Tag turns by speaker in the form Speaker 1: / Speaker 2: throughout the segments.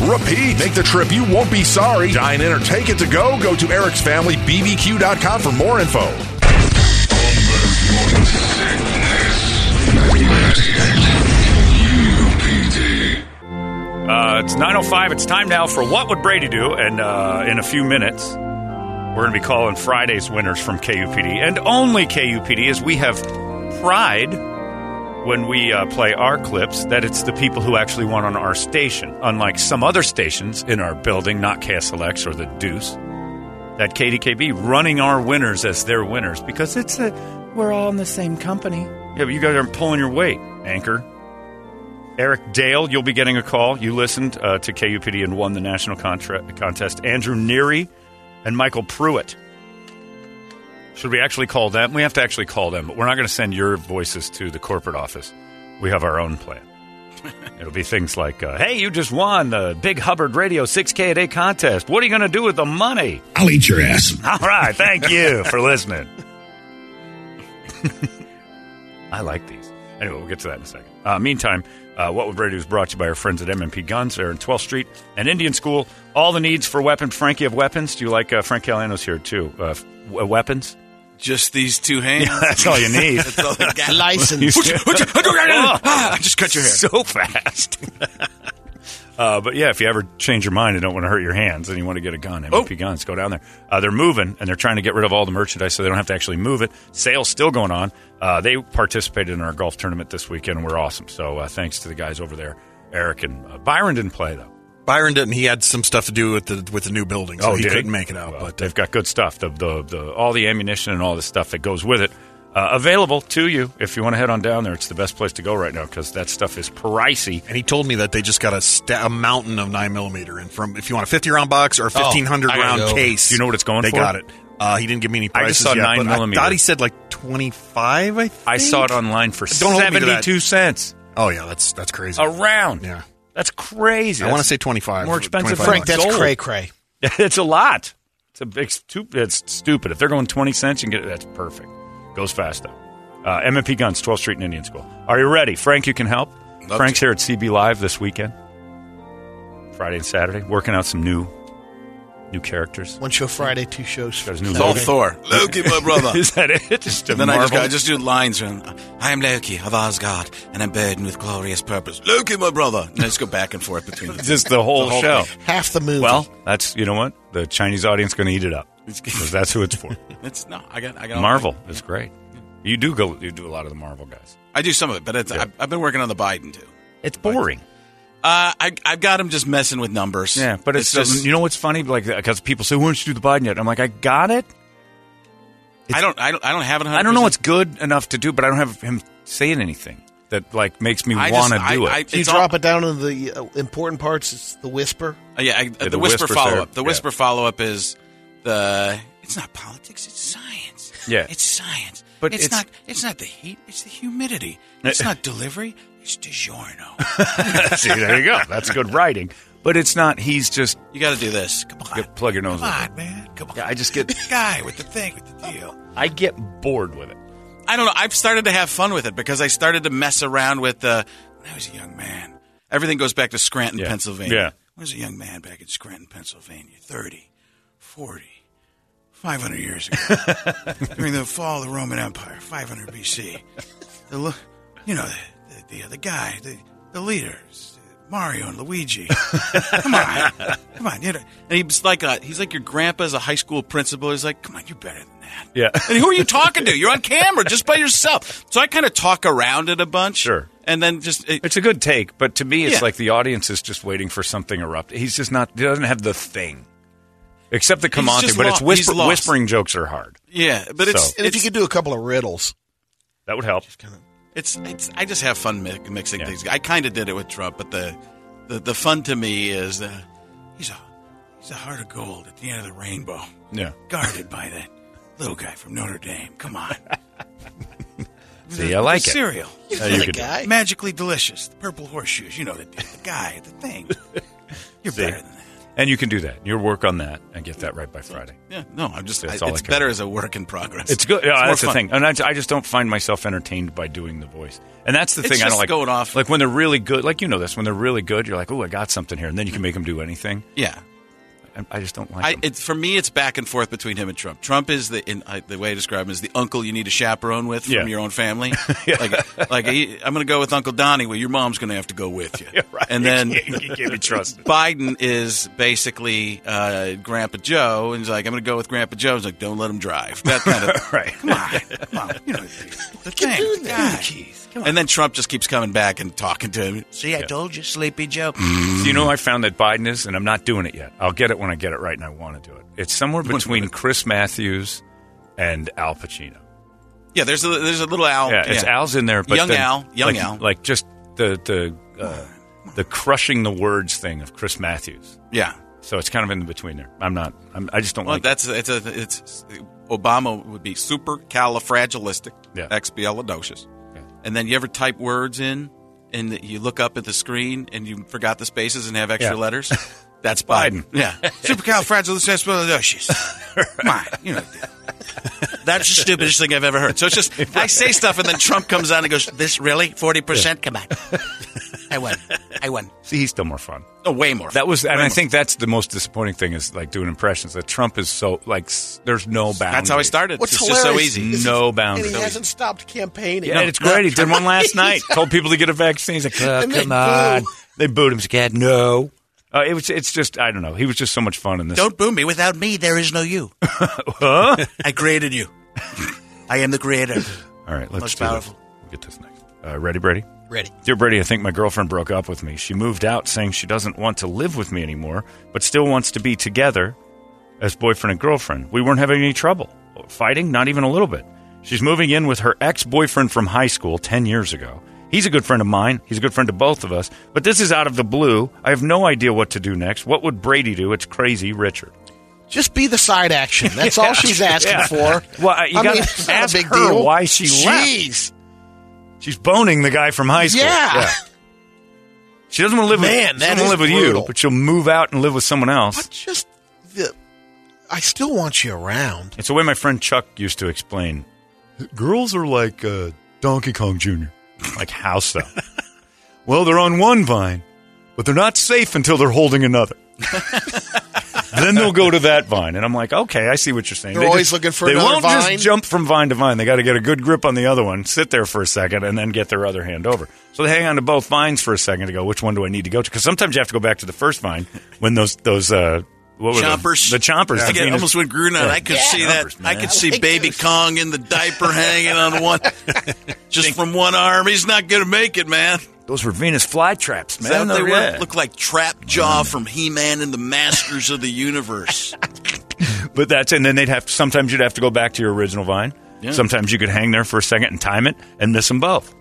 Speaker 1: repeat. Make the trip. You won't be sorry. Dine in or take it to go. Go to Eric's Family BBQ.com for more info.
Speaker 2: Uh, it's 9.05. It's time now for What Would Brady Do? And uh, in a few minutes, we're going to be calling Friday's winners from KUPD. And only KUPD, as we have pride when we uh, play our clips that it's the people who actually won on our station, unlike some other stations in our building, not KSLX or the Deuce, that KDKB running our winners as their winners because it's a, we're all in the same company. Yeah, but you guys are pulling your weight, Anchor. Eric Dale, you'll be getting a call. You listened uh, to KUPD and won the national contra- contest. Andrew Neary and Michael Pruitt. Should we actually call them? We have to actually call them, but we're not going to send your voices to the corporate office. We have our own plan. It'll be things like, uh, hey, you just won the Big Hubbard Radio 6K a day contest. What are you going to do with the money?
Speaker 3: I'll eat your ass.
Speaker 2: All right. Thank you for listening. I like these. Anyway, we'll get to that in a second. Uh, meantime, uh, What Would Brady Do is brought to you by our friends at MMP Guns. They're in 12th Street and Indian School. All the needs for weapons. Frankie, you have weapons? Do you like uh, Frank Caliano's here, too? Uh, f- w- weapons?
Speaker 4: Just these two hands.
Speaker 2: That's all you need.
Speaker 4: That's all I got.
Speaker 5: License.
Speaker 4: Ah, I just cut your hair.
Speaker 2: so fast. Uh, but yeah, if you ever change your mind and don't want to hurt your hands and you want to get a gun,
Speaker 4: Oh.
Speaker 2: MVP guns, go down there. Uh, they're moving and they're trying to get rid of all the merchandise so they don't have to actually move it. Sales still going on. Uh, they participated in our golf tournament this weekend. and We're awesome. So uh, thanks to the guys over there, Eric and uh, Byron didn't play though.
Speaker 4: Byron didn't. He had some stuff to do with the with the new building, so Oh, he
Speaker 2: Oh, did
Speaker 4: couldn't make it out.
Speaker 2: Well,
Speaker 4: but uh,
Speaker 2: they've got good stuff. The, the the all the ammunition and all the stuff that goes with it uh, available to you if you want to head on down there. It's the best place to go right now because that stuff is pricey.
Speaker 4: and he told me that they just got a, sta- a mountain of nine millimeter, and from if you want a fifty round box or
Speaker 2: Oh,
Speaker 4: a fifteen hundred
Speaker 5: I gotta
Speaker 4: round
Speaker 5: go.
Speaker 4: case,
Speaker 2: Do you know what it's going
Speaker 4: they
Speaker 2: for?
Speaker 4: got it. Uh, he didn't give me any
Speaker 2: I
Speaker 4: prices
Speaker 2: just saw
Speaker 4: yet,
Speaker 2: nine
Speaker 4: but
Speaker 2: millimeter.
Speaker 4: I thought he said like twenty five. I think.
Speaker 2: I saw it online for
Speaker 4: Don't hold me to that.
Speaker 2: 72 cents
Speaker 4: Oh yeah, that's that's crazy.
Speaker 2: a round.
Speaker 4: Yeah.
Speaker 2: That's crazy.
Speaker 4: I want to
Speaker 2: That's
Speaker 4: say twenty five.
Speaker 2: More expensive
Speaker 5: Frank, that's
Speaker 2: Gold.
Speaker 5: cray cray.
Speaker 2: it's a lot. It's a big stu- It's stupid. If they're going twenty cents, you can get it. That's perfect. Goes fast though. Uh, MMP Guns, 12th Street and Indian School. Are you ready, Frank? You can help.
Speaker 4: Love
Speaker 2: Frank's here at CB Live this weekend, Friday and Saturday, working out some new, new characters.
Speaker 5: One show Friday, two shows.
Speaker 2: There's new.
Speaker 4: It's all
Speaker 2: Loki.
Speaker 4: Thor.
Speaker 6: Loki, my brother.
Speaker 2: Is that it? Just a
Speaker 6: then I just,
Speaker 2: Marvel?
Speaker 6: I just do lines from I am Loki of Asgard, and I'm burdened with glorious purpose. Loki, my brother. And I just go back and forth between them.
Speaker 2: Just the whole,
Speaker 6: The whole
Speaker 2: show.
Speaker 5: Half the movie.
Speaker 2: Well, that's you know what the Chinese audience going to eat it up because that's who it's for.
Speaker 6: It's no, I got, I got all-
Speaker 2: Marvel is great. You do go. You do a lot of the Marvel guys.
Speaker 6: I do some of it, but it's, I've, I've been working on the Biden too.
Speaker 2: It's boring.
Speaker 6: Uh, I, I've got him just messing with numbers.
Speaker 2: Yeah, but it's, just you know what's funny? Like because people say, "Why don't you do the Biden yet?" I'm like, I got it.
Speaker 6: I don't, I don't, I don't have it. 100%.
Speaker 2: I don't know what's good enough to do, but I don't have him saying anything that like makes me
Speaker 6: I
Speaker 2: want to
Speaker 6: just-
Speaker 2: do
Speaker 6: I-
Speaker 2: it.
Speaker 6: I-
Speaker 5: Do you
Speaker 6: it's
Speaker 5: drop
Speaker 6: all-
Speaker 5: it down in the uh, important parts? It's the whisper.
Speaker 6: Uh, yeah, I, uh, the,
Speaker 2: the
Speaker 6: whisper
Speaker 2: whispers
Speaker 6: follow
Speaker 2: there.
Speaker 6: up. The
Speaker 2: Yeah.
Speaker 6: whisper follow up is the. It's not politics. It's science.
Speaker 2: Yeah.
Speaker 6: it's science.
Speaker 2: But
Speaker 6: But it's,
Speaker 2: it's-
Speaker 6: not. It's not the heat. It's the humidity. It's not delivery. It's DiGiorno.
Speaker 2: See, there you go. That's good writing. But it's not. He's just
Speaker 6: you got to do this. Come on,
Speaker 2: Yeah, plug your nose
Speaker 6: Come
Speaker 2: in.
Speaker 6: on, man. Come on.
Speaker 2: Yeah, I just get-
Speaker 6: The guy with the thing with the deal.
Speaker 2: I get bored with it.
Speaker 6: I don't know. I've started to have fun with it because I started to mess around with the. When I was a young man, everything goes back to Scranton,
Speaker 2: Yeah.
Speaker 6: Pennsylvania.
Speaker 2: Yeah.
Speaker 6: was a young man back in Scranton, Pennsylvania, 30, 40, 500 years ago, during the fall of the Roman Empire, 500 BC. The, lo- you know, the, the, the, the guy, the, the leaders, Mario and Luigi. Come on, come on. You know, and he was like a, he's like your grandpa's a high school principal. He's like, come on, you're better than that.
Speaker 2: Yeah.
Speaker 6: And who are you talking to? You're on camera just by yourself. So I kind of talk around it a bunch.
Speaker 2: Sure.
Speaker 6: And then just uh, it,
Speaker 2: It's a good take, but to me, it's
Speaker 6: Yeah.
Speaker 2: like the audience is just waiting for something erupt. He's just not. He doesn't have the thing, except the Comante.
Speaker 6: just
Speaker 2: But it's
Speaker 6: lo- he's
Speaker 2: whisper,
Speaker 6: lost.
Speaker 2: whispering jokes are hard.
Speaker 6: yeah, but it's
Speaker 2: So-
Speaker 5: And if you
Speaker 6: it's-
Speaker 5: could do a couple of riddles,
Speaker 2: That would help.
Speaker 6: It's, it's I just have fun mi- mixing
Speaker 2: Yeah.
Speaker 6: things. I kind of did it with Trump, but the the, the fun to me is uh, he's a he's a heart of gold at the end of the rainbow,
Speaker 2: Yeah.
Speaker 6: guarded by that little guy from Notre Dame. Come on,
Speaker 2: See, I like
Speaker 6: the
Speaker 2: it.
Speaker 6: cereal,
Speaker 2: Uh,
Speaker 5: for
Speaker 2: you
Speaker 5: the
Speaker 2: could do
Speaker 5: guy.
Speaker 6: magically delicious, the purple horseshoes. You know the, deal. the guy, the thing. You're
Speaker 2: See?
Speaker 6: better than that.
Speaker 2: And you can do that. Your work on that and get that right by Friday.
Speaker 6: Yeah, no, I'm just
Speaker 2: That's
Speaker 6: I,
Speaker 2: all I
Speaker 6: it's
Speaker 2: care
Speaker 6: better
Speaker 2: about.
Speaker 6: as a work in progress.
Speaker 2: It's good. Yeah,
Speaker 6: more
Speaker 2: that's the
Speaker 6: fun.
Speaker 2: thing. And I, I just don't find myself entertained by doing the voice. And that's the
Speaker 6: It's
Speaker 2: thing I don't
Speaker 6: just
Speaker 2: like.
Speaker 6: going off.
Speaker 2: Like when they're really good, like you know this, when they're really good, you're like, oh, I got something here. And then you can make them do anything.
Speaker 6: Yeah.
Speaker 2: And I just don't like
Speaker 6: I,
Speaker 2: them.
Speaker 6: it, for me, it's back and forth between him and Trump. Trump is the in, I, the way I describe him is the uncle you need a chaperone with from
Speaker 2: Yeah.
Speaker 6: your own family. Like, like he, I'm going to go with Uncle Donnie. Well, your mom's going to have to go with you. And then
Speaker 2: you can't be trusted.
Speaker 6: Biden is basically uh, Grandpa Joe, and he's like, I'm going to go with Grandpa Joe. He's like, don't let him drive. That kind of
Speaker 2: Right.
Speaker 6: Come on, come on. You know the thing.
Speaker 5: doing
Speaker 6: the
Speaker 5: that.
Speaker 6: guy. And then Trump just keeps coming back and talking to him. Mm-hmm. See, I told you, Sleepy Joe.
Speaker 2: So you know, I found that Biden is, and I'm not doing it yet. I'll get it when I get it right, and I want to do it. It's somewhere between Chris Matthews and Al Pacino.
Speaker 6: yeah, there's a there's a little Al.
Speaker 2: Yeah, it's Al's in there, but
Speaker 6: Oh, Young
Speaker 2: then,
Speaker 6: Al, young
Speaker 2: like,
Speaker 6: Al.
Speaker 2: like just the the uh, the crushing the words thing of Chris Matthews.
Speaker 6: Yeah.
Speaker 2: So it's kind of in between there. I'm not. I'm, I just don't
Speaker 6: Well,
Speaker 2: like.
Speaker 6: that's it's a it's Obama would be super califragilistic,
Speaker 2: Yeah.
Speaker 6: expialidocious, and then you ever type words in and you look up at the screen and you forgot the spaces and have extra
Speaker 2: Yeah.
Speaker 6: letters. That's Biden.
Speaker 2: Biden.
Speaker 6: Yeah, supercalifragilisticexpialidocious. Come on, you know. That's the stupidest thing I've ever heard. So it's just I say stuff and then Trump comes on and goes, "This really forty percent? Come on, I won, I won."
Speaker 2: See, he's still more fun.
Speaker 6: Oh, way more.
Speaker 2: That was, and
Speaker 6: Way
Speaker 2: I
Speaker 6: more.
Speaker 2: think that's the most disappointing thing is like doing impressions. That Trump is so like, s- there's no boundaries.
Speaker 6: that's how I started.
Speaker 5: What's
Speaker 6: it's
Speaker 5: hilarious?
Speaker 6: just so easy.
Speaker 5: is-
Speaker 2: No
Speaker 5: and
Speaker 2: boundaries.
Speaker 5: he hasn't stopped campaigning.
Speaker 2: Yeah, it's great. He did one last night. Told people to get a vaccine. He's like, oh,
Speaker 5: And they
Speaker 2: come on.
Speaker 5: boo.
Speaker 2: They booed him. He's like, "Yeah, no. Uh, it was. It's just. I don't know. He was just so much fun in this.
Speaker 6: Don't boo me. Without me, there is no you. I created you. I am the creator.
Speaker 2: All right, let's
Speaker 6: Most
Speaker 2: do
Speaker 6: powerful.
Speaker 2: This. We'll get this next. Uh, ready, Brady?
Speaker 5: Ready.
Speaker 2: Dear Brady, I think my girlfriend broke up with me. She moved out, saying she doesn't want to live with me anymore, but still wants to be together as boyfriend and girlfriend. We weren't having any trouble fighting, not even a little bit. She's moving in with her ex boyfriend from high school 10 years ago. He's a good friend of mine. He's a good friend to both of us. But this is out of the blue. I have no idea what to do next. What would Brady do? It's crazy, Richard.
Speaker 5: Just be the side action. That's all she's asking
Speaker 2: Yeah.
Speaker 5: for.
Speaker 2: Well, uh, you
Speaker 5: I mean,
Speaker 2: gotta
Speaker 5: it's not
Speaker 2: ask
Speaker 5: a big
Speaker 2: her
Speaker 5: deal.
Speaker 2: why she left.
Speaker 5: Jeez.
Speaker 2: She's boning the guy from high school.
Speaker 5: Yeah.
Speaker 2: She doesn't want to live
Speaker 5: Man,
Speaker 2: with,
Speaker 5: that
Speaker 2: she doesn't wanna
Speaker 5: is
Speaker 2: live with you,
Speaker 5: brutal.
Speaker 2: but she'll move out and live with someone else.
Speaker 5: But just the. I still want you around.
Speaker 2: It's the way my friend Chuck used to explain. Girls are like uh, Donkey Kong Jr. like how so? well, they're on one vine, but they're not safe until they're holding another. then they'll go to that vine, and I'm like, okay, I see what you're saying.
Speaker 5: They're always looking for
Speaker 2: They
Speaker 5: another
Speaker 2: won't
Speaker 5: vine?
Speaker 2: just jump from vine to vine. They got to get a good grip on the other one, sit there for a second, and then get their other hand over. So they hang on to both vines for a second to go. Which one do I need to go to? Because sometimes you have to go back to the first vine when those those uh, what were
Speaker 6: Chompers.
Speaker 2: the, the chompers.
Speaker 6: I
Speaker 2: the
Speaker 6: get-
Speaker 2: penis-
Speaker 6: almost went Grunot. I could see
Speaker 2: Chompers,
Speaker 6: that. I
Speaker 2: man.
Speaker 6: could see Baby Kong in the diaper hanging on one, just from one arm. He's not going to make it, man.
Speaker 2: Those were Venus flytraps,
Speaker 6: Is that
Speaker 2: man.
Speaker 6: what they were?
Speaker 2: Yeah.
Speaker 6: Look like Trap Jaw from He Man and the Masters of the Universe.
Speaker 2: But that's and then they'd have sometimes you'd have to go back to your original vine. Sometimes you could hang there for a second and time it and miss them both.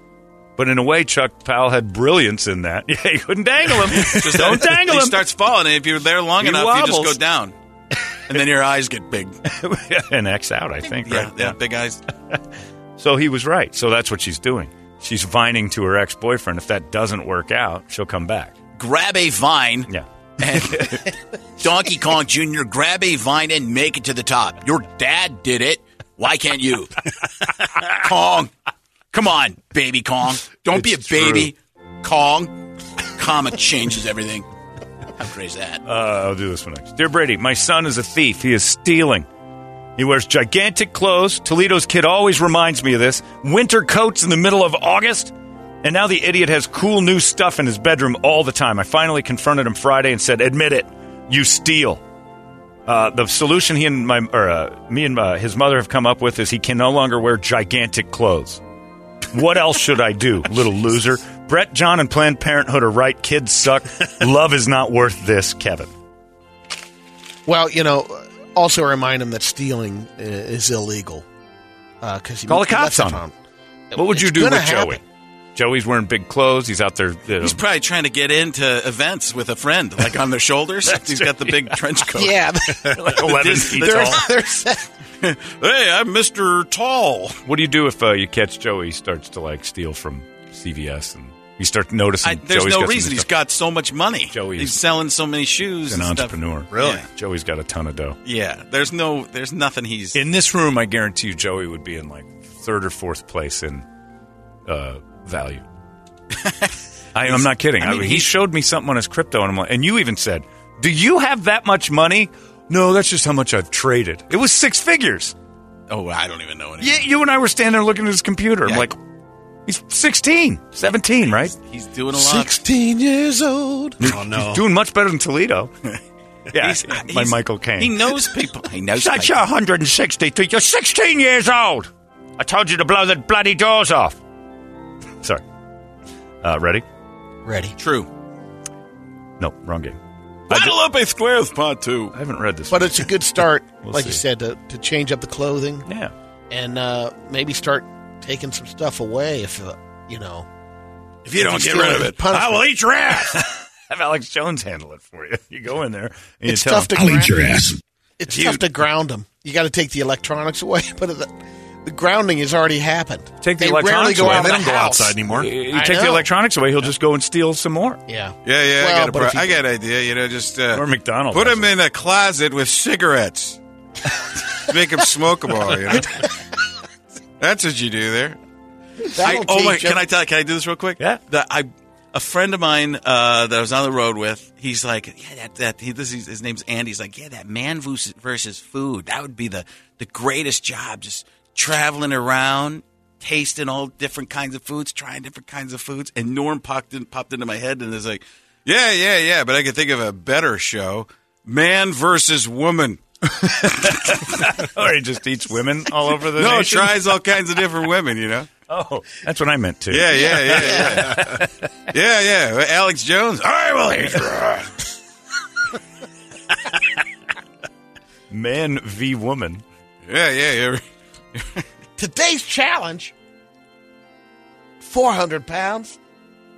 Speaker 2: But in a way, Chuck Powell had brilliance in that. Yeah, you couldn't dangle him. Just don't dangle
Speaker 6: He
Speaker 2: him.
Speaker 6: starts falling, and if you're there long
Speaker 2: He
Speaker 6: enough, you just
Speaker 2: wobbles.
Speaker 6: go down, and then your eyes get big.
Speaker 2: and X out, I think.
Speaker 6: Yeah,
Speaker 2: right?
Speaker 6: yeah, big eyes.
Speaker 2: So he was right. So that's what she's doing. She's vining to her ex boyfriend. If that doesn't work out, she'll come back.
Speaker 6: Grab a vine.
Speaker 2: Yeah.
Speaker 6: and Donkey Kong Jr. grab a vine and make it to the top. Your dad did it. Why can't you? Kong. Come on, baby Kong. Don't be a
Speaker 2: It's
Speaker 6: baby. Kong. Comma changes everything.
Speaker 2: How crazy that? Uh, I'll do this one next. Dear Brady, my son is a thief. He is stealing. He wears gigantic clothes. Toledo's kid always reminds me of this. Winter coats in the middle of August. And now the idiot has cool new stuff in his bedroom all the time. I finally confronted him Friday and said, "Admit it, you steal." Uh, the solution he and my, or uh, me and uh, his mother have come up with is he can no longer wear gigantic clothes. What else should I do, little loser? Brett, John, and Planned Parenthood are right. Kids suck. Love is not worth this, Kevin.
Speaker 5: Well, you know, also remind him that stealing i- is illegal. uh, Because
Speaker 2: Call the cops on him. What would you do with Joey? Joey's wearing big clothes. He's out there. You know,
Speaker 6: He's probably trying to get into events with a friend, like on their shoulders. He's got the big trench coat.
Speaker 5: Yeah,
Speaker 2: like 11 feet
Speaker 5: there-
Speaker 2: tall.
Speaker 5: there's that.
Speaker 6: Hey, I'm Mr. Tall.
Speaker 2: What do you do if uh, you catch Joey? He starts to like steal from CVS and you start noticing
Speaker 6: I, there's
Speaker 2: Joey's
Speaker 6: no
Speaker 2: got some
Speaker 6: reason. He's
Speaker 2: stuff.
Speaker 6: got so much money.
Speaker 2: Joey
Speaker 6: He's
Speaker 2: is
Speaker 6: selling so many shoes.
Speaker 2: an
Speaker 6: and stuff.
Speaker 2: entrepreneur.
Speaker 6: Really?
Speaker 2: Joey's got a ton of dough.
Speaker 6: Yeah. There's no. There's nothing he's.
Speaker 2: In this room, I guarantee you Joey would be in like third or fourth place in uh, value. I, I'm not kidding.
Speaker 6: I
Speaker 2: I
Speaker 6: mean,
Speaker 2: mean, he
Speaker 6: he's-
Speaker 2: showed me something on his crypto, and I'm like, and you even said, "Do you have that much money?" No, that's just how much I've traded. It was six figures.
Speaker 6: oh, I don't even know. Anymore.
Speaker 2: Yeah, you and I were standing there looking at his computer. I'm
Speaker 6: Yeah.
Speaker 2: like, he's 16, 17, right?
Speaker 6: He's doing a lot.
Speaker 5: Sixteen years old.
Speaker 4: Oh, no.
Speaker 2: He's doing much better than Toledo. Yeah,
Speaker 6: He's-
Speaker 2: my
Speaker 6: he's-
Speaker 2: Michael
Speaker 6: He
Speaker 2: Caine.
Speaker 6: knows people. He knows.
Speaker 2: Shut
Speaker 6: people.
Speaker 2: your 162. You're 16 years old. I told you to blow the bloody doors off. Sorry. Uh, ready?
Speaker 5: Ready?
Speaker 6: True.
Speaker 2: No, wrong game.
Speaker 6: Battle up a square with part two.
Speaker 2: I haven't read this.
Speaker 5: But it's a good start,
Speaker 2: We'll
Speaker 5: like
Speaker 2: see.
Speaker 5: you said, to, to change up the clothing
Speaker 2: one. yeah,
Speaker 5: and uh, maybe start taking some stuff away if uh, you know.
Speaker 6: If you don't
Speaker 5: He's
Speaker 6: get
Speaker 5: stealing
Speaker 6: rid of
Speaker 5: his
Speaker 6: it,
Speaker 5: punishment.
Speaker 2: eat your ass. Have Alex Jones handle it for you. You go in there. And
Speaker 5: It's
Speaker 2: you tell
Speaker 5: tough to
Speaker 2: him,
Speaker 5: ground.
Speaker 3: ass.
Speaker 5: It's tough to ground them. You got to take the electronics away, but the, the grounding has already happened.
Speaker 2: Take the
Speaker 5: they rarely
Speaker 2: electronics
Speaker 5: go
Speaker 2: away.
Speaker 5: Out
Speaker 4: they
Speaker 5: of
Speaker 4: don't
Speaker 5: the
Speaker 4: go
Speaker 5: house.
Speaker 4: outside anymore.
Speaker 2: You
Speaker 5: I
Speaker 2: take the
Speaker 5: know.
Speaker 2: electronics away, he'll just go and steal some more.
Speaker 5: Yeah.
Speaker 7: Yeah, yeah,
Speaker 5: Well,
Speaker 7: I got a
Speaker 5: but
Speaker 7: pro-
Speaker 5: if you-
Speaker 7: I got an idea. You know, just uh,
Speaker 2: Or McDonald's.
Speaker 7: Put them in a closet with cigarettes. Make them smoke them all. You know, that's what you do there.
Speaker 5: That'll
Speaker 6: I, oh my!
Speaker 5: teach 'em.
Speaker 6: Can I tell? Can I do this real quick?
Speaker 2: Yeah.
Speaker 6: The, I a friend of mine uh, that I was on the road with. He's like, yeah, that that he, this is, his name's Andy. He's like, yeah, that man versus, versus food. That would be the the greatest job. Just traveling around, tasting all different kinds of foods, trying different kinds of foods. And Norm popped in, popped into my head and is like,
Speaker 7: Yeah, yeah, yeah. But I can think of a better show: Man versus Woman.
Speaker 2: or he just eats women all over the
Speaker 7: No, it
Speaker 2: nation.
Speaker 7: tries all kinds of different women. You know.
Speaker 2: Oh, that's what I meant to.
Speaker 7: Yeah, yeah, yeah, yeah, yeah, yeah. Well, Alex Jones.
Speaker 6: Ah!
Speaker 7: All right, well, here's
Speaker 2: Man v woman.
Speaker 7: yeah, yeah, yeah.
Speaker 5: Today's challenge: four hundred pounds.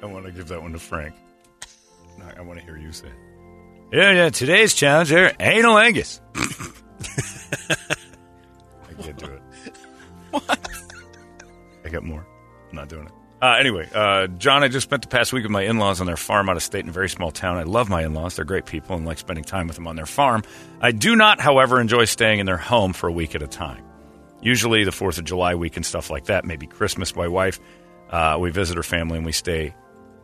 Speaker 2: I want to give that one to Frank. No, I want to hear you say it. Yeah, yeah. Today's challenge there, anal Angus. I can't do it. What? I got more. I'm not doing it. Uh, anyway, uh, John, I just spent the past week with my in laws on their farm out of state in a very small town. I love my in laws. They're great people and like spending time with them on their farm. I do not, however, enjoy staying in their home for a week at a time. Usually the 4th of July week and stuff like that, maybe Christmas. My wife, uh, we visit her family and we stay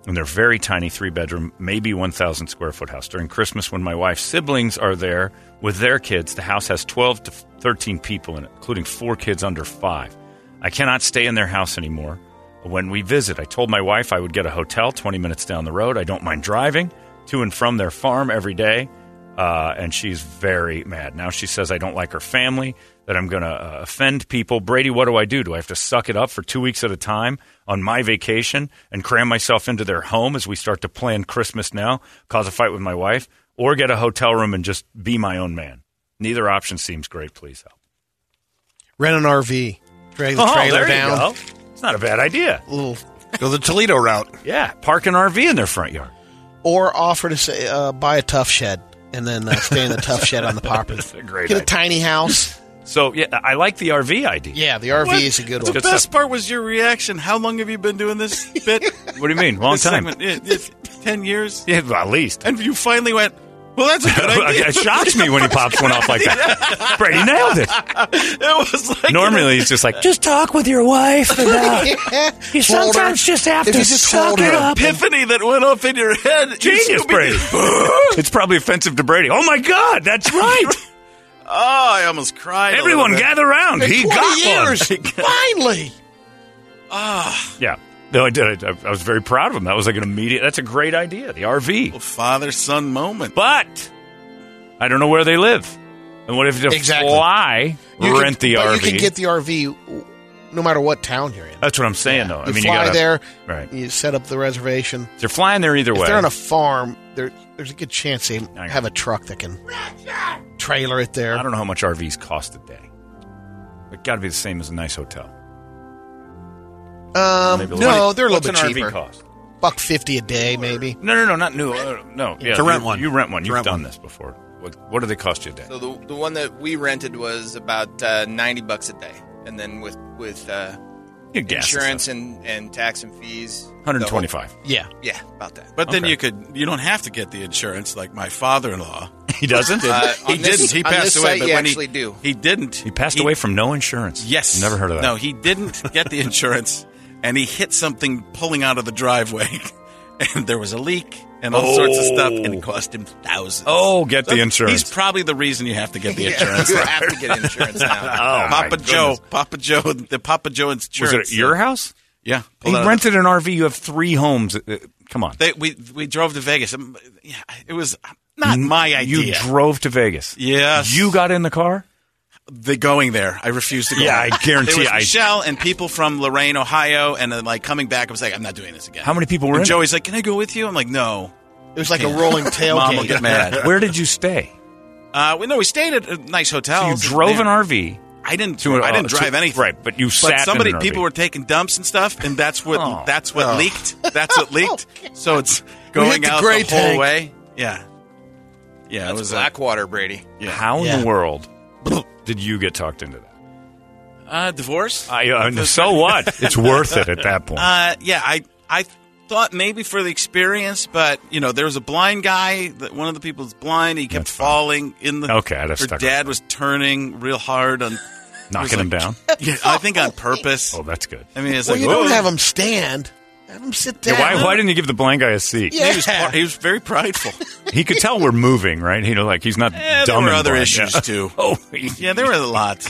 Speaker 2: in their very tiny three bedroom, maybe 1,000 square foot house. During Christmas, when my wife's siblings are there with their kids, the house has 12 to 13 people in it, including four kids under five. I cannot stay in their house anymore. When we visit, I told my wife I would get a hotel 20 minutes down the road. I don't mind driving to and from their farm every day. Uh, and she's very mad. Now she says I don't like her family, that I'm going to uh, offend people. Brady, what do I do? Do I have to suck it up for two weeks at a time on my vacation and cram myself into their home as we start to plan Christmas now, cause a fight with my wife, or get a hotel room and just be my own man? Neither option seems great. Please help.
Speaker 5: Rent an RV. Drag the
Speaker 2: oh,
Speaker 5: trailer
Speaker 2: there
Speaker 5: down.
Speaker 2: you go. It's not a bad idea.
Speaker 5: Little,
Speaker 4: Go the Toledo route.
Speaker 2: Yeah, park an RV in their front yard.
Speaker 5: or offer to say, uh, buy a tough shed and then uh, stay in the tough shed on the property.
Speaker 2: That's a great
Speaker 5: Get a
Speaker 2: idea.
Speaker 5: tiny house.
Speaker 2: So yeah, I like the RV idea.
Speaker 5: Yeah, the RV is a
Speaker 2: That's
Speaker 5: good one.
Speaker 2: good
Speaker 6: best
Speaker 2: stuff.
Speaker 6: part was your reaction. How long have you been doing this bit?
Speaker 2: What do you mean? Long
Speaker 6: This
Speaker 2: time.
Speaker 6: segment? Yeah, it's ten years.
Speaker 2: Yeah, at least.
Speaker 6: And you finally went.
Speaker 7: Well, that's a good idea.
Speaker 2: it shocks me when he pops one off like that. Brady nailed it.
Speaker 7: it was like
Speaker 2: Normally, he's just like, just talk with your wife. And, uh, you
Speaker 5: Hold her.
Speaker 2: sometimes just have
Speaker 5: If
Speaker 2: to
Speaker 5: you just
Speaker 2: suck
Speaker 5: hold
Speaker 2: it
Speaker 5: her.
Speaker 2: up.
Speaker 7: epiphany that went off in your head.
Speaker 2: Genius, Brady. it's probably offensive to Brady. Oh my God, that's right.
Speaker 7: Oh,
Speaker 6: Ah,
Speaker 7: I almost cried. a
Speaker 2: Everyone
Speaker 7: little bit.
Speaker 2: gather round. He got
Speaker 5: years.
Speaker 2: one.
Speaker 5: Finally.
Speaker 2: Yeah. No, I did. I, I was very proud of him. That was like an immediate. That's a great idea. The RV.
Speaker 7: father son moment.
Speaker 2: But I don't know where they live. And what if you
Speaker 5: Exactly.
Speaker 2: fly
Speaker 5: You
Speaker 2: rent
Speaker 5: can,
Speaker 2: the
Speaker 5: but
Speaker 2: RV?
Speaker 5: You can get the RV no matter what town you're in.
Speaker 2: That's what I'm saying, though.
Speaker 5: You
Speaker 2: I mean,
Speaker 5: fly
Speaker 2: you gotta,
Speaker 5: there,
Speaker 2: Right.
Speaker 5: you set up the reservation.
Speaker 2: They're flying there either way.
Speaker 5: If they're on a farm, there, there's a good chance they have a truck that can trailer it there.
Speaker 2: I don't know how much RVs cost a day. But got to be the same as a nice hotel.
Speaker 5: Um,
Speaker 2: Maybe a
Speaker 5: no,
Speaker 2: little-
Speaker 5: they're a little
Speaker 2: What's
Speaker 5: bit
Speaker 2: an
Speaker 5: cheaper.
Speaker 2: RV cost?
Speaker 5: Buck fifty a day, maybe.
Speaker 2: No, no, no, not new. Uh, no, yeah,
Speaker 4: To rent
Speaker 2: you-
Speaker 4: one.
Speaker 2: You rent one.
Speaker 4: To
Speaker 2: You've
Speaker 4: rent
Speaker 2: done
Speaker 4: one.
Speaker 2: this before. What, what do they cost you a day?
Speaker 3: So the, the one that we rented was about uh, ninety bucks a day, and then with with uh,
Speaker 2: Your gas and
Speaker 3: insurance
Speaker 2: stuff.
Speaker 3: and, and tax and fees, the whole-
Speaker 2: 125.
Speaker 5: Yeah.
Speaker 3: Yeah, about that.
Speaker 6: But then
Speaker 2: Okay.
Speaker 6: you could you don't have to get the insurance like my father-in-law.
Speaker 2: He doesn't.
Speaker 3: Uh,
Speaker 6: He
Speaker 3: on this-
Speaker 6: didn't. He
Speaker 3: on
Speaker 6: passed
Speaker 3: this
Speaker 6: away.
Speaker 3: site
Speaker 6: but
Speaker 3: you
Speaker 6: when
Speaker 3: actually
Speaker 6: he,
Speaker 3: do.
Speaker 6: he didn't.
Speaker 2: he passed away from no insurance.
Speaker 6: Yes.
Speaker 2: never heard of that.
Speaker 6: No, he didn't get the insurance, and he hit something pulling out of the driveway, and there was a leak and all sorts of stuff, and
Speaker 2: Oh.
Speaker 6: it cost him thousands.
Speaker 2: Oh, get the insurance.
Speaker 6: He's probably the reason you have to get the
Speaker 3: Yeah,
Speaker 6: insurance.
Speaker 3: you have to get insurance now.
Speaker 2: oh, my
Speaker 6: Papa Joe,
Speaker 2: goodness.
Speaker 6: Papa Joe, the Papa Joe
Speaker 2: Was
Speaker 6: insurance.
Speaker 2: it at your house?
Speaker 6: Yeah,
Speaker 2: He
Speaker 6: pulled out of the-
Speaker 2: rented an RV. You have three homes. Uh, Come on.
Speaker 6: They, we we drove to Vegas. Um, Yeah, it was not my idea.
Speaker 2: You drove to Vegas.
Speaker 6: Yes.
Speaker 2: You got in the car?
Speaker 6: the going there. I refused to go.
Speaker 2: Yeah, I guarantee
Speaker 6: There was
Speaker 2: I-
Speaker 6: Michelle and people from Lorraine, Ohio, and then like coming back, I was like, I'm not doing this again.
Speaker 2: How many people were
Speaker 6: And
Speaker 2: in?
Speaker 6: Joey's like, Can I go with you? I'm like, No,
Speaker 5: It was like a
Speaker 6: Mom
Speaker 5: rolling
Speaker 6: will
Speaker 5: tailgate.
Speaker 6: get mad.
Speaker 2: Where did you stay?
Speaker 6: Uh, we no, we stayed at a nice
Speaker 2: So
Speaker 6: hotel.
Speaker 2: you drove an RV.
Speaker 6: I didn't.
Speaker 2: To an-
Speaker 6: I didn't
Speaker 2: uh,
Speaker 6: drive
Speaker 2: to-
Speaker 6: anything.
Speaker 2: right, but you sat in
Speaker 6: But somebody,
Speaker 2: an RV.
Speaker 6: people were taking dumps and stuff, and that's what
Speaker 2: Oh.
Speaker 6: that's what leaked. That's what leaked. So it's
Speaker 5: hit
Speaker 6: going
Speaker 5: the
Speaker 6: out
Speaker 5: gray
Speaker 6: the whole
Speaker 5: tank.
Speaker 6: way. Yeah, yeah. it
Speaker 3: That's
Speaker 6: was a-
Speaker 3: Blackwater, Brady.
Speaker 2: How in
Speaker 5: Yeah.
Speaker 2: the world did you get talked into that?
Speaker 6: uh, divorce.
Speaker 2: I, uh, so what? It's worth it at that point.
Speaker 6: Uh, yeah, I I thought maybe for the experience, but you know, there was a blind guy. That one of the people was blind. He kept
Speaker 2: That's fine.
Speaker 6: falling in the.
Speaker 2: Okay, I'd have
Speaker 6: her
Speaker 2: stuck with
Speaker 6: dad was turning real hard on.
Speaker 2: Knocking him down.
Speaker 6: Yeah, I think on purpose.
Speaker 2: Oh, that's good.
Speaker 6: I mean, it's
Speaker 5: Well,
Speaker 6: like
Speaker 5: you don't
Speaker 6: whoa.
Speaker 5: have them stand. Have them sit down.
Speaker 2: Yeah, why, why didn't you give the blind guy a seat?
Speaker 5: Yeah.
Speaker 6: He was, par- he was very prideful.
Speaker 2: He could tell we're moving, right? You know, like he's not
Speaker 6: Eh, there
Speaker 2: dumb.
Speaker 6: were
Speaker 2: and
Speaker 6: other
Speaker 2: blind.
Speaker 6: issues
Speaker 2: Yeah.
Speaker 6: too.
Speaker 2: Oh,
Speaker 6: Yeah, there were a lot.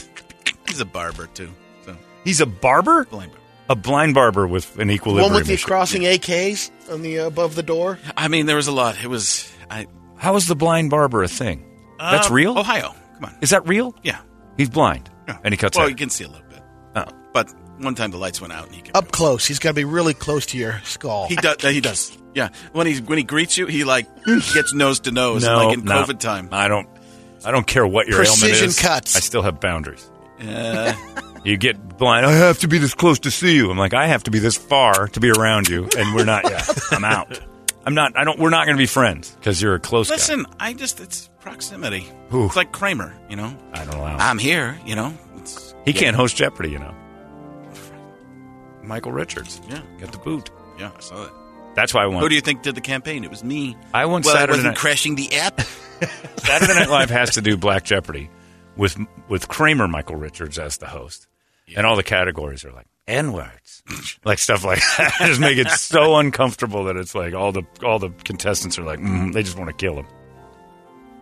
Speaker 6: He's a barber too. So
Speaker 2: he's a barber,
Speaker 6: blind barber.
Speaker 2: a blind barber with an
Speaker 5: The
Speaker 2: equilibrium.
Speaker 5: one with the
Speaker 2: issue.
Speaker 5: crossing AKs on the uh, above the door.
Speaker 6: I mean, there was a lot. It was I.
Speaker 2: How is the blind barber a thing? that's
Speaker 6: uh,
Speaker 2: real.
Speaker 6: Ohio. Come on.
Speaker 2: Is that real?
Speaker 6: Yeah.
Speaker 2: He's blind,
Speaker 6: Yeah.
Speaker 2: and he cuts
Speaker 6: Well,
Speaker 2: hair.
Speaker 6: you can see a little bit.
Speaker 2: Oh.
Speaker 6: But one time the lights went out and he could
Speaker 5: Up close. He's got to be really close to your skull.
Speaker 6: He does. He does. Yeah. When he when he greets you, he like gets nose to nose,
Speaker 2: no,
Speaker 6: like in
Speaker 2: no.
Speaker 6: COVID time.
Speaker 2: I don't. I don't care what your
Speaker 5: Precision
Speaker 2: ailment is.
Speaker 5: cuts.
Speaker 2: I still have boundaries.
Speaker 6: Uh,
Speaker 2: You get blind. I have to be this close to see you. I'm like, I have to be this far to be around you, and we're not. Yeah, I'm out. I'm not. I don't. We're not going to be friends because you're a close. guy.
Speaker 6: listen, I just it's proximity.
Speaker 2: Ooh.
Speaker 6: It's like Kramer, you know.
Speaker 2: I don't allow.
Speaker 6: I'm here, you know. It's,
Speaker 2: He can't host Jeopardy, you know. Michael Richards. Yeah. Got the boot.
Speaker 6: yeah, I saw that.
Speaker 2: That's why I won.
Speaker 6: Who do you think did the campaign? It was me.
Speaker 2: I won
Speaker 6: well,
Speaker 2: Saturday
Speaker 6: I wasn't
Speaker 2: night.
Speaker 6: crashing the app.
Speaker 2: Saturday Night Live has to do Black Jeopardy with with Kramer Michael Richards as the host. And all the categories are like N words. like stuff like that. just make it so uncomfortable that it's like all the all the contestants are like, mm, they just want to kill him.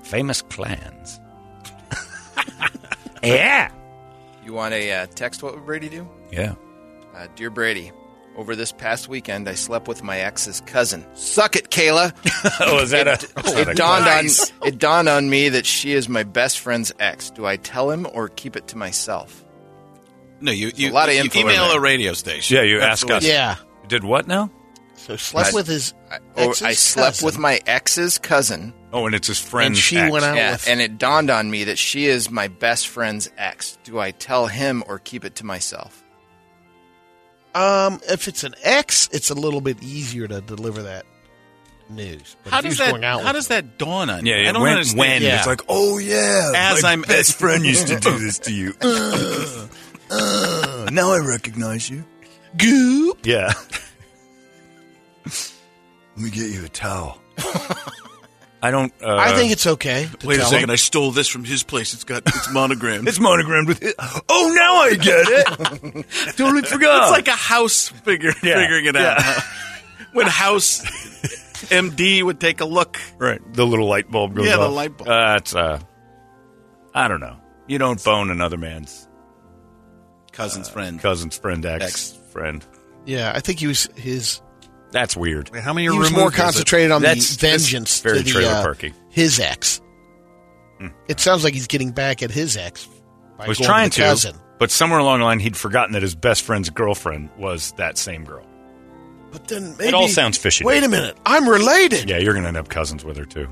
Speaker 2: Famous clans. yeah.
Speaker 3: You want a uh, text? What would Brady do?
Speaker 2: Yeah.
Speaker 3: Uh, Dear Brady, over this past weekend, I slept with my ex's cousin. Suck it, Kayla.
Speaker 2: Oh, is that a, is that a
Speaker 3: it dawned on it dawned on me that she is my best friend's ex. Do I tell him or keep it to myself?
Speaker 6: no, you you
Speaker 3: a lot of
Speaker 6: you
Speaker 3: info in
Speaker 6: email
Speaker 3: there.
Speaker 6: a radio station.
Speaker 2: Yeah, you
Speaker 6: That's
Speaker 2: ask
Speaker 6: the way-
Speaker 2: us.
Speaker 5: yeah.
Speaker 2: You Did what now?
Speaker 5: So slept
Speaker 3: I-
Speaker 5: with his.
Speaker 3: I, or
Speaker 5: ex's
Speaker 3: I slept
Speaker 5: cousin.
Speaker 3: with my ex's cousin,
Speaker 2: Oh, and it's his friend.
Speaker 5: And she went out
Speaker 3: yeah,
Speaker 5: with.
Speaker 3: and it dawned on me that she is my best friend's ex. Do I tell him or keep it to myself?
Speaker 5: Um, if it's an ex, it's a little bit easier to deliver that news. But
Speaker 6: How
Speaker 5: if
Speaker 6: does
Speaker 5: he's
Speaker 6: that?
Speaker 5: going out
Speaker 6: How
Speaker 5: with
Speaker 6: does
Speaker 5: them-
Speaker 6: that dawn on?
Speaker 2: Yeah,
Speaker 6: you?
Speaker 2: yeah.
Speaker 6: I don't
Speaker 2: when,
Speaker 6: understand.
Speaker 2: when?
Speaker 5: Yeah.
Speaker 2: it's like, oh yeah,
Speaker 6: As
Speaker 2: my
Speaker 6: I'm-
Speaker 2: best friend used to do this to you. Uh, now I recognize you.
Speaker 5: goop?
Speaker 2: Yeah. Let me get you a towel. I don't. Uh,
Speaker 5: I think it's okay. to
Speaker 6: Wait a
Speaker 5: tell
Speaker 6: second,
Speaker 5: him.
Speaker 6: I stole this from his place. It's got it's monogrammed.
Speaker 2: it's monogrammed with. Oh, now I get it. totally forgot.
Speaker 5: Oh.
Speaker 8: It's like a house figure
Speaker 2: Yeah,
Speaker 8: figuring it out. when house MD would take a look.
Speaker 2: Right. The little light bulb goes
Speaker 8: Yeah, the
Speaker 2: off.
Speaker 8: light bulb.
Speaker 2: Uh, it's, uh, I don't know. You don't phone another man's
Speaker 6: Uh,
Speaker 8: Cousin's friend.
Speaker 2: cousin's friend, ex,
Speaker 8: Ex.
Speaker 2: friend.
Speaker 5: Yeah, I think he was his.
Speaker 2: That's weird.
Speaker 4: Wait, how many
Speaker 5: He
Speaker 4: are
Speaker 5: was
Speaker 4: removed?
Speaker 5: more
Speaker 4: Is it-
Speaker 5: concentrated on
Speaker 2: That's-
Speaker 5: the vengeance
Speaker 2: that's very
Speaker 5: to the
Speaker 2: trailer
Speaker 5: uh,
Speaker 2: parky. Hmm.
Speaker 5: his ex. It sounds like he's getting back at his ex. By
Speaker 2: I was
Speaker 5: going
Speaker 2: trying
Speaker 5: to,
Speaker 2: to,
Speaker 5: the cousin.
Speaker 2: but somewhere along the line, he'd forgotten that his best friend's girlfriend was that same girl.
Speaker 5: But then maybe
Speaker 2: all sounds fishy to
Speaker 5: Wait
Speaker 2: me.
Speaker 5: a minute, I'm related.
Speaker 2: Yeah, you're going to end up cousins with her, too.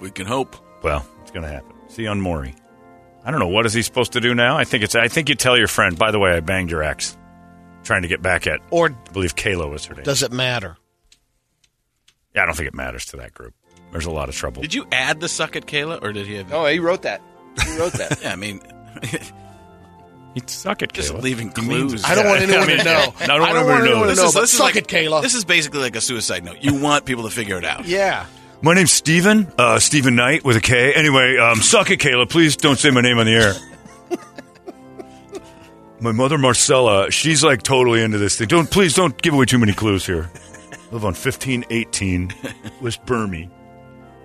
Speaker 6: we can hope.
Speaker 2: Well, it's going to happen. See you on Maury. I don't know. What is he supposed to do now? I think it's. I think you tell your friend, by the way, I banged your ex. Trying to get back at,
Speaker 5: Or
Speaker 2: I believe Kayla was her name.
Speaker 5: does it matter?
Speaker 2: Yeah, I don't think it matters to that group. There's a lot of trouble.
Speaker 8: Did you add the suck at Kayla, or did he have?
Speaker 3: No, he wrote that. He wrote Oh, that.
Speaker 6: Yeah, I mean,
Speaker 2: He'd suck at
Speaker 6: just
Speaker 2: Kayla.
Speaker 6: leaving clues.
Speaker 5: I don't want anyone to know.
Speaker 2: I don't want anyone to know.
Speaker 5: anyone to
Speaker 2: This
Speaker 5: know.
Speaker 2: is-
Speaker 5: but suck
Speaker 6: like-
Speaker 5: it, Kayla.
Speaker 6: This is basically like a suicide note. You want people to figure it out.
Speaker 5: yeah.
Speaker 2: My name's Steven. Uh, Steven Knight with a K. Anyway, um, suck it, Kayla. Please don't say my name on the air. my mother, Marcella, she's like totally into this thing. Don't Please don't give away too many clues here. Live on 1518 West Burmy.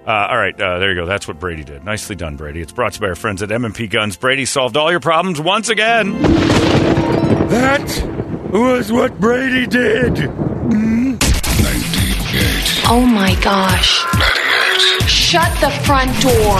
Speaker 2: Uh, all right, uh, there you go. That's what Brady did. Nicely done, Brady. It's brought to you by our friends at M&P Guns. Brady solved all your problems once again. That was what Brady did.
Speaker 9: Oh my gosh. Shut the front door.